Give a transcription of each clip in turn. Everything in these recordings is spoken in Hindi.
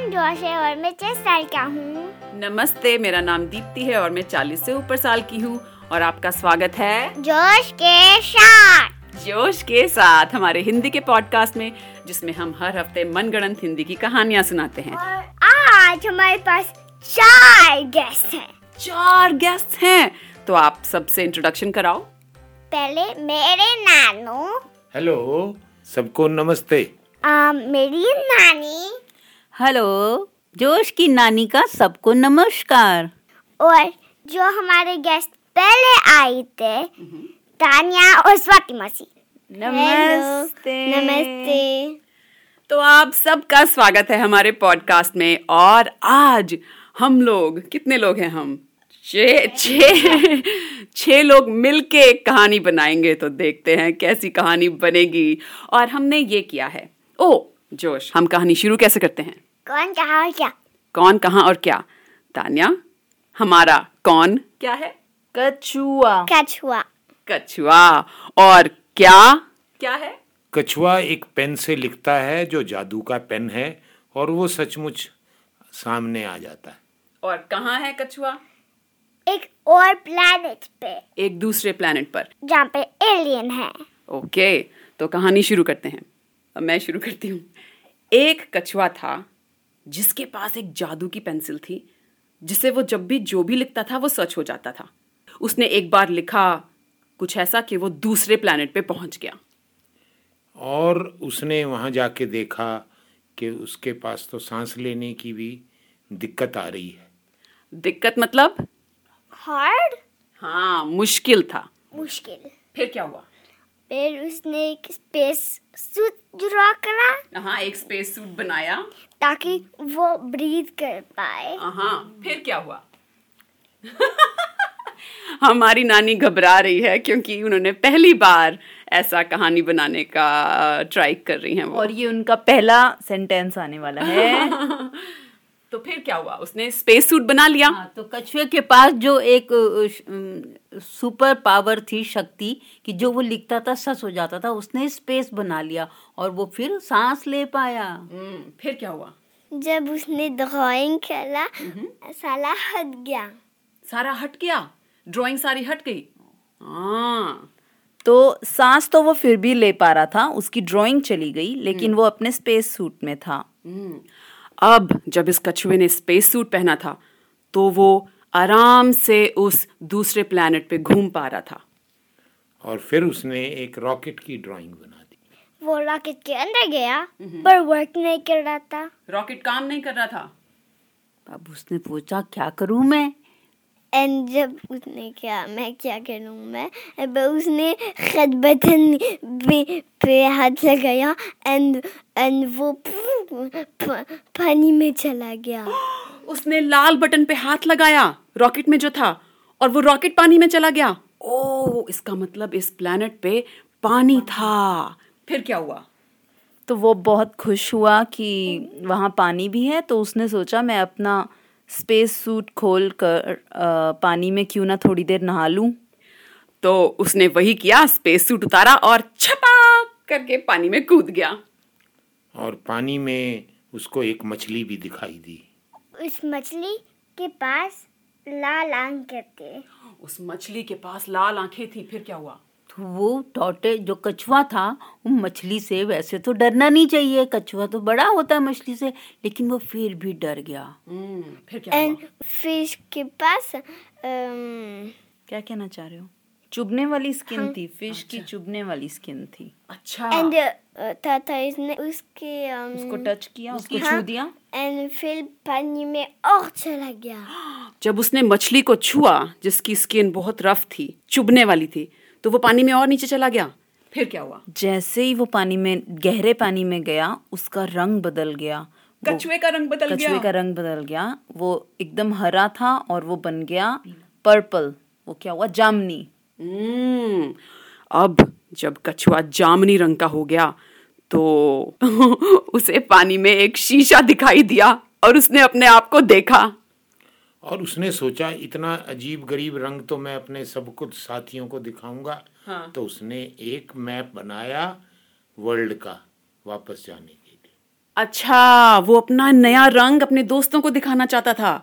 और मैं छह साल का हूँ नमस्ते मेरा नाम दीप्ति है और मैं 40 से ऊपर साल की हूँ और आपका स्वागत है जोश के साथ जोश के साथ हमारे हिंदी के पॉडकास्ट में जिसमें हम हर हफ्ते मनगढ़ंत हिंदी की कहानियाँ सुनाते हैं और आज हमारे पास चार गेस्ट हैं चार गेस्ट हैं तो आप सबसे इंट्रोडक्शन कराओ पहले मेरे नानू हेलो सबको नमस्ते आ, मेरी नानी हेलो जोश की नानी का सबको नमस्कार और जो हमारे गेस्ट पहले आए थे तानिया और स्वाति मसी नमस्ते तो आप सबका स्वागत है हमारे पॉडकास्ट में और आज हम लोग कितने लोग हैं हम छः छः छः लोग मिलके एक कहानी बनाएंगे तो देखते हैं कैसी कहानी बनेगी और हमने ये किया है ओ जोश हम कहानी शुरू कैसे करते हैं कौन कहा और क्या कौन कहाँ और क्या तान्या हमारा कौन क्या है कछुआ कछुआ कछुआ और क्या क्या है कछुआ एक पेन से लिखता है जो जादू का पेन है और वो सचमुच सामने आ जाता है और कहाँ है कछुआ एक और प्लेनेट पे एक दूसरे प्लेनेट पर जहाँ पे एलियन है ओके तो कहानी शुरू करते हैं अब मैं शुरू करती हूँ एक कछुआ था जिसके पास एक जादू की पेंसिल थी जिसे वो जब भी जो भी लिखता था वो सच हो जाता था उसने एक बार लिखा कुछ ऐसा कि वो दूसरे प्लेनेट पे पहुंच गया और उसने वहाँ जाके देखा कि उसके पास तो सांस लेने की भी दिक्कत आ रही है दिक्कत मतलब हार्ड हाँ मुश्किल था मुश्किल फिर क्या हुआ फिर उसने एक स्पेस सूट जुड़ा करा हाँ एक स्पेस सूट बनाया ताकि वो ब्रीथ कर पाए हाँ फिर क्या हुआ हमारी नानी घबरा रही है क्योंकि उन्होंने पहली बार ऐसा कहानी बनाने का ट्राई कर रही हैं वो और ये उनका पहला सेंटेंस आने वाला है तो फिर क्या हुआ उसने स्पेस सूट बना लिया हाँ, तो कछुए के पास जो एक अ, श- अम, सुपर पावर थी शक्ति कि जो वो लिखता था सच हो जाता था उसने स्पेस बना लिया और वो फिर सांस ले पाया हम्म, फिर क्या हुआ जब उसने ड्राइंग खेला साला हट गया सारा हट गया ड्राइंग सारी हट गई हाँ तो सांस तो वो फिर भी ले पा रहा था उसकी ड्राइंग चली गई लेकिन वो अपने स्पेस सूट में था अब जब इस कछुए ने स्पेस सूट पहना था तो वो आराम से उस दूसरे प्लेनेट पे घूम पा रहा था और फिर उसने एक रॉकेट की ड्राइंग बना दी वो रॉकेट के अंदर गया पर वर्क नहीं कर रहा था रॉकेट काम नहीं कर रहा था अब उसने पूछा क्या करूं मैं एंड जब उसने क्या मैं क्या करूँ मैं अब उसने खत बटन पे, पे हाथ लगाया एंड एंड वो प- पानी में चला गया उसने लाल बटन पे हाथ लगाया रॉकेट में जो था और वो रॉकेट पानी में चला गया ओ इसका मतलब इस प्लेनेट पे पानी था फिर क्या हुआ तो वो बहुत खुश हुआ कि वहाँ पानी भी है तो उसने सोचा मैं अपना स्पेस सूट खोल कर अ, पानी में क्यों ना थोड़ी देर नहा लूं तो उसने वही किया स्पेस सूट उतारा और छपाक करके पानी में कूद गया और पानी में उसको एक मछली भी दिखाई दी उस मछली के पास लाल आंख करते उस मछली के पास लाल आंखें थी फिर क्या हुआ तो वो टोटे जो कछुआ था वो मछली से वैसे तो डरना नहीं चाहिए कछुआ तो बड़ा होता है मछली से लेकिन वो फिर भी डर गया हम्म, फिर क्या एंड फिश के पास अम, क्या कहना चाह रहे हो चुभने वाली हाँ। स्किन थी फिश की अच्छा। चुभने वाली स्किन थी अच्छा एंड अ, था था इसने उसके उसको टच किया उसको हाँ। छू दिया एंड फिर पानी में और चला गया जब उसने मछली को छुआ जिसकी स्किन बहुत रफ थी चुभने वाली थी तो वो पानी में और नीचे चला गया फिर क्या हुआ जैसे ही वो पानी में गहरे पानी में गया उसका रंग बदल गया वो- कछुए का रंग बदल कछुए का रंग बदल गया वो एकदम हरा था और वो बन गया पर्पल वो क्या हुआ जामनी हम्म, अब जब कछुआ जामनी रंग का हो गया तो उसे पानी में एक शीशा दिखाई दिया और उसने अपने आप को देखा और उसने सोचा इतना अजीब गरीब रंग तो मैं अपने सब कुछ साथियों को दिखाऊंगा हाँ। तो उसने एक मैप बनाया वर्ल्ड का वापस जाने के लिए अच्छा वो अपना नया रंग अपने दोस्तों को दिखाना चाहता था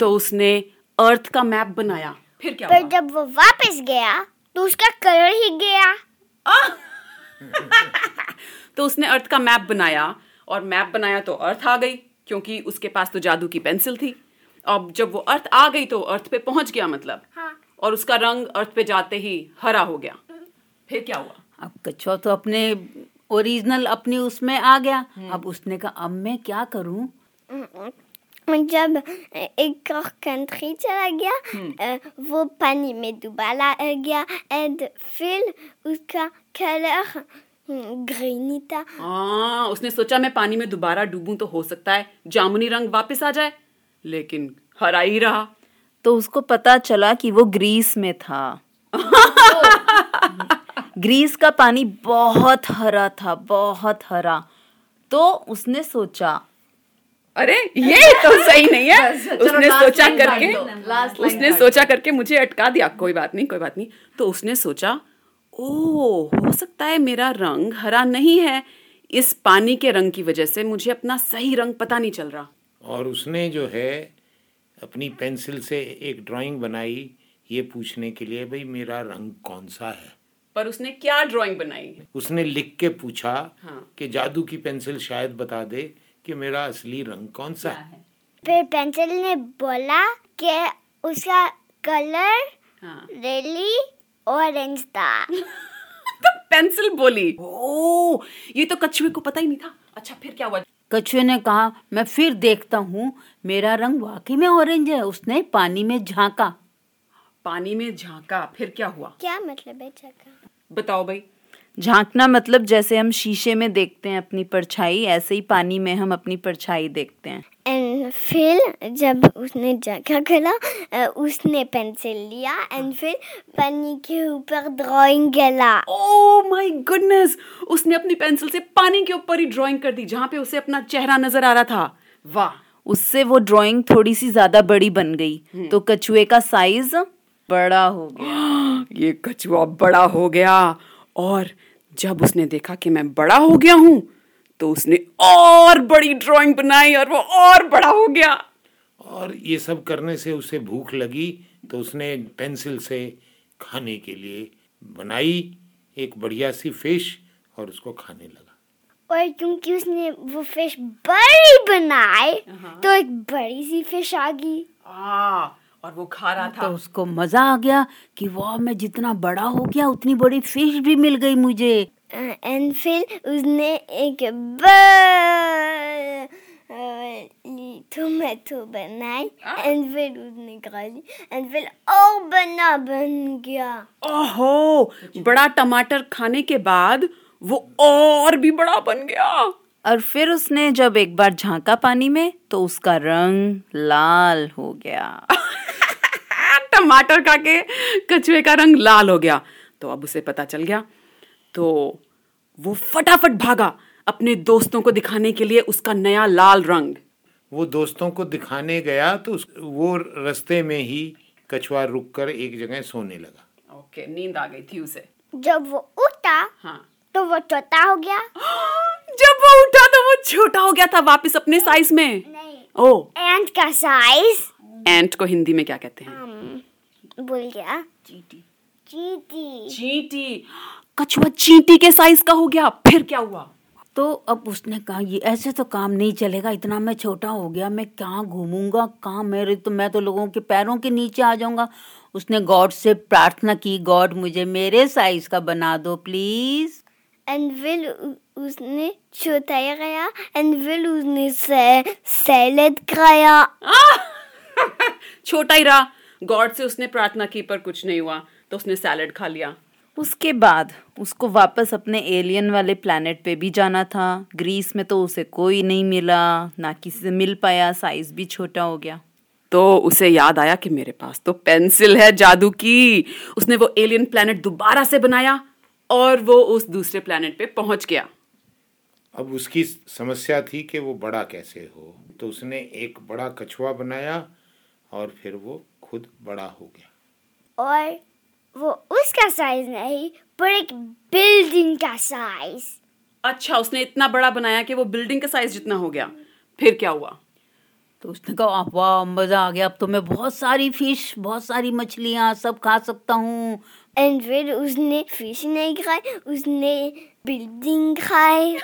तो उसने अर्थ का मैप बनाया फिर क्या पर हुआ? जब वो वापस गया तो उसका कलर ही गया तो उसने अर्थ का मैप बनाया और मैप बनाया तो अर्थ आ गई क्योंकि उसके पास तो जादू की पेंसिल थी अब जब वो अर्थ आ गई तो अर्थ पे पहुंच गया मतलब हाँ। और उसका रंग अर्थ पे जाते ही हरा हो गया फिर क्या हुआ अब कछुआ तो अपने ओरिजिनल अपनी उसमें आ गया अब उसने कहा अब मैं क्या करूं और जब एक और कंट्री चला गया अ, वो पानी में डुबाला अ, गया एंड फिर उसका कलर hmm, ग्रीनी था हाँ उसने सोचा मैं पानी में दोबारा डूबूं तो हो सकता है जामुनी रंग वापस आ जाए लेकिन हरा ही रहा तो उसको पता चला कि वो ग्रीस में था ग्रीस का पानी बहुत हरा था बहुत हरा तो उसने सोचा अरे ये तो सही नहीं है उसने सोचा करके उसने सोचा करके मुझे अटका दिया कोई बात नहीं कोई बात नहीं तो उसने सोचा ओ हो सकता है मेरा रंग हरा नहीं है इस पानी के रंग की वजह से मुझे अपना सही रंग पता नहीं चल रहा और उसने जो है अपनी पेंसिल से एक ड्राइंग बनाई ये पूछने के लिए भाई मेरा रंग कौन सा है पर उसने क्या ड्राइंग बनाई उसने लिख के पूछा हाँ। कि जादू की पेंसिल शायद बता दे कि मेरा असली रंग कौन सा है फिर पेंसिल ने बोला कि उसका कलर हाँ रेली ऑरेंज था तो पेंसिल बोली ओ ये तो कछुए को पता ही नहीं था अच्छा फिर क्या हुआ कछुए ने कहा मैं फिर देखता हूँ मेरा रंग वाकई में ऑरेंज है उसने पानी में झांका पानी में झांका फिर क्या हुआ क्या मतलब है चका बताओ भाई झांकना मतलब जैसे हम शीशे में देखते हैं अपनी परछाई ऐसे ही पानी में हम अपनी परछाई देखते हैं एंड फिर जब उसने जगह खोला अ, उसने पेंसिल लिया एंड फिर पानी के ऊपर ड्राइंग गला ओ माय गुडनेस Oh उसने अपनी पेंसिल से पानी के ऊपर ही ड्राइंग कर दी जहां पे उसे अपना चेहरा नजर आ रहा था वाह उससे वो ड्राइंग थोड़ी सी ज्यादा बड़ी बन गई तो कछुए का साइज बड़ा हो गया ये कछुआ बड़ा हो गया और जब उसने देखा कि मैं बड़ा हो गया हूं तो उसने और बड़ी ड्राइंग बनाई और वो और बड़ा हो गया और ये सब करने से उसे भूख लगी तो उसने पेंसिल से खाने के लिए बनाई एक बढ़िया सी फिश और उसको खाने लगा और क्योंकि उसने वो फिश बड़ी बनाई तो एक बड़ी सी फिश आ गई आ, और वो खा रहा तो उसको मजा आ गया कि वाह मैं जितना बड़ा हो गया उतनी बड़ी फिश भी मिल गई मुझे एंड फिर उसने एक Euh, बड़ी टोमेटो बनाई एंड फिर उसने खा ली एंड फिर और बना बन गया ओहो बड़ा टमाटर खाने के बाद वो और भी बड़ा बन गया और फिर उसने जब एक बार झांका पानी में तो उसका रंग लाल हो गया टमाटर खा के कछुए का रंग लाल हो गया तो अब उसे पता चल गया तो वो फटाफट भागा अपने दोस्तों को दिखाने के लिए उसका नया लाल रंग वो दोस्तों को दिखाने गया तो उस- वो रास्ते में ही कछुआ रुक कर एक जगह सोने लगा ओके नींद आ गई थी उसे जब वो उठा हाँ तो वो छोटा हो गया Ah. जब वो उठा तो वो छोटा हो गया था वापस अपने साइज में ओ एंड का साइज एंट को हिंदी में क्या कहते हैं बोल गया चीटी चीटी चींटी कछुआ चींटी के साइज का हो गया फिर क्या हुआ तो अब उसने कहा ये ऐसे तो काम नहीं चलेगा इतना मैं छोटा हो गया मैं कहाँ घूमूंगा कहाँ मेरे तो मैं तो लोगों के पैरों के नीचे आ जाऊंगा उसने गॉड से प्रार्थना की गॉड मुझे मेरे साइज का बना दो प्लीज एंड विल उसने छोटा ही गया एंड विल उसने से, सैलेड खाया छोटा ही रहा गॉड से उसने प्रार्थना की पर कुछ नहीं हुआ तो उसने सैलड खा लिया उसके बाद उसको वापस अपने एलियन वाले planet पे भी जाना था ग्रीस में तो उसे कोई नहीं मिला ना किसी से मिल पाया साइज भी छोटा हो गया तो उसे याद आया कि मेरे पास तो पेंसिल है जादू की उसने वो एलियन प्लेनेट दोबारा से बनाया और वो उस दूसरे प्लेनेट पे पहुंच गया अब उसकी समस्या थी कि वो बड़ा कैसे हो तो उसने एक बड़ा कछुआ बनाया और फिर वो खुद बड़ा हो गया और वो उसका साइज नहीं पर एक बिल्डिंग का साइज अच्छा उसने इतना बड़ा बनाया कि वो बिल्डिंग के साइज जितना हो गया फिर क्या हुआ तो उसने कहा "आप वाह मज़ा आ गया अब तो मैं बहुत सारी फिश बहुत सारी मछलियाँ सब खा सकता हूँ एंड फिर उसने फिश नहीं खाई उसने बिल्डिंग खाई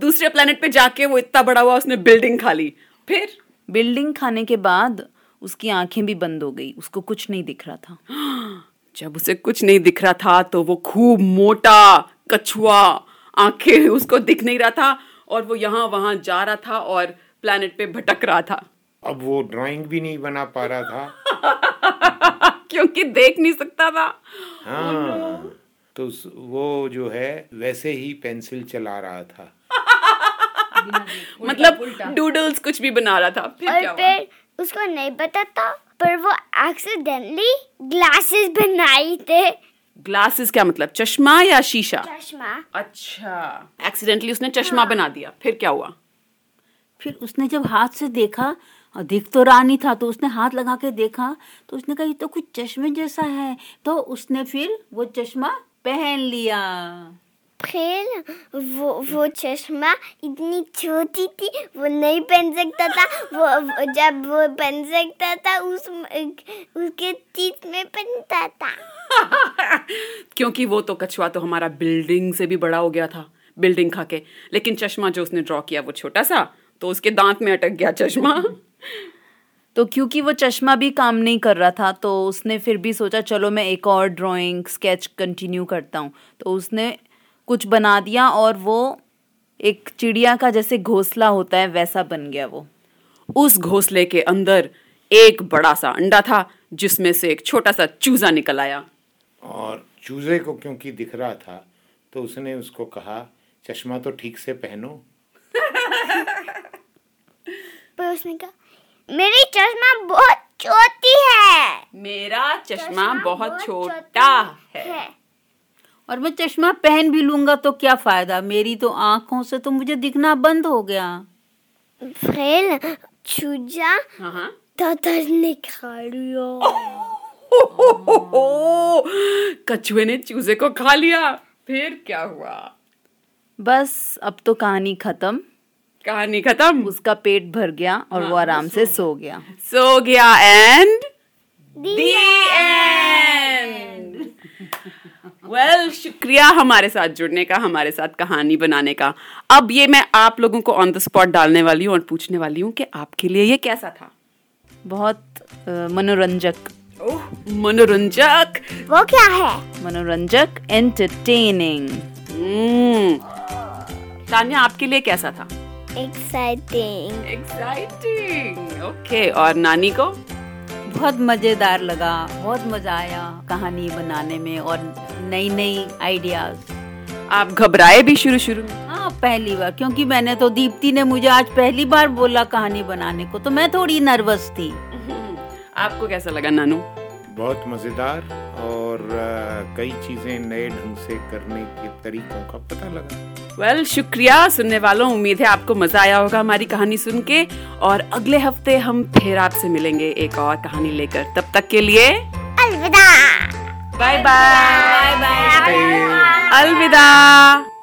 दूसरे planet पे जाके वो इतना बड़ा हुआ उसने बिल्डिंग खा ली फिर बिल्डिंग खाने के बाद उसकी आंखें भी बंद हो गई उसको कुछ नहीं दिख रहा था जब उसे कुछ नहीं दिख रहा था तो वो खूब मोटा कछुआ आंखें उसको दिख नहीं रहा था और वो यहाँ वहाँ जा रहा था और planet पे भटक रहा था अब वो ड्राइंग भी नहीं बना पा रहा था क्योंकि देख नहीं सकता था हाँ तो उस- वो जो है वैसे ही पेंसिल चला रहा था मतलब डूडल्स कुछ भी बना रहा था फिर क्या और हुआ फिर उसको नहीं पता था पर वो एक्सीडेंटली ग्लासेस बनाई थे ग्लासेस क्या मतलब चश्मा या शीशा चश्मा अच्छा एक्सीडेंटली उसने चश्मा बना दिया फिर क्या हुआ फिर उसने जब हाथ से देखा और दिख तो रहा नहीं था तो उसने हाथ लगा के देखा तो उसने कहा ये तो कुछ चश्मे जैसा है तो उसने फिर वो चश्मा पहन लिया फिर वो वो चश्मा इतनी छोटी थी वो नहीं पहन सकता था वो वो- जब वो पहन सकता था उस उसके तीत में पहनता था क्योंकि वो तो कछुआ तो हमारा बिल्डिंग से भी बड़ा हो गया था बिल्डिंग खा के लेकिन चश्मा जो उसने ड्रॉ किया वो छोटा सा तो उसके दांत में अटक गया चश्मा तो क्योंकि वो चश्मा भी काम नहीं कर रहा था तो उसने फिर भी सोचा चलो मैं एक और ड्राइंग स्केच कंटिन्यू करता हूँ तो उसने कुछ बना दिया और वो एक चिड़िया का जैसे घोंसला होता है वैसा बन गया वो उस घोंसले के अंदर एक बड़ा सा अंडा था जिसमें से एक छोटा सा चूजा निकल आया और चूजे को क्योंकि दिख रहा था तो उसने उसको कहा चश्मा तो ठीक से पहनो पर उसने कहा मेरी चश्मा बहुत छोटी है मेरा चश्मा बहुत छोटा छोटा है और मैं चश्मा पहन भी लूंगा तो क्या फायदा मेरी तो आंखों से तो मुझे दिखना बंद हो गया फिर चूजा हाँ हाँ दादा ने खा लिया हो कछुए ने चूजे को खा लिया फिर क्या हुआ बस अब तो कहानी खत्म कहानी खत्म उसका पेट भर गया और वो आराम से सो गया सो गया एंड the end. well, शुक्रिया हमारे साथ जुड़ने का हमारे साथ कहानी बनाने का अब ये मैं आप लोगों को ऑन द स्पॉट डालने वाली हूँ और पूछने वाली हूँ कि आपके लिए ये कैसा था बहुत अ, मनोरंजक ओह मनोरंजक वो क्या है मनोरंजक एंटरटेनिंग Hmm. तान्या आपके लिए कैसा था एक्साइटिंग एक्साइटिंग ओके और नानी को बहुत मजेदार लगा बहुत मजा आया कहानी बनाने में और नई नई आइडियाज आप घबराए भी शुरू शुरू में हाँ पहली बार क्योंकि मैंने तो दीप्ति ने मुझे आज पहली बार बोला कहानी बनाने को तो मैं थोड़ी नर्वस थी आपको कैसा लगा नानू बहुत मज़ेदार और अ, कई चीज़ें नए ढंग से करने के तरीकों का पता लगा वेल well, शुक्रिया सुनने वालों उम्मीद है आपको मजा आया होगा हमारी कहानी सुन के और अगले हफ्ते हम फिर आपसे मिलेंगे एक और कहानी लेकर तब तक के लिए अलविदा बाय बाय बाय बाय अलविदा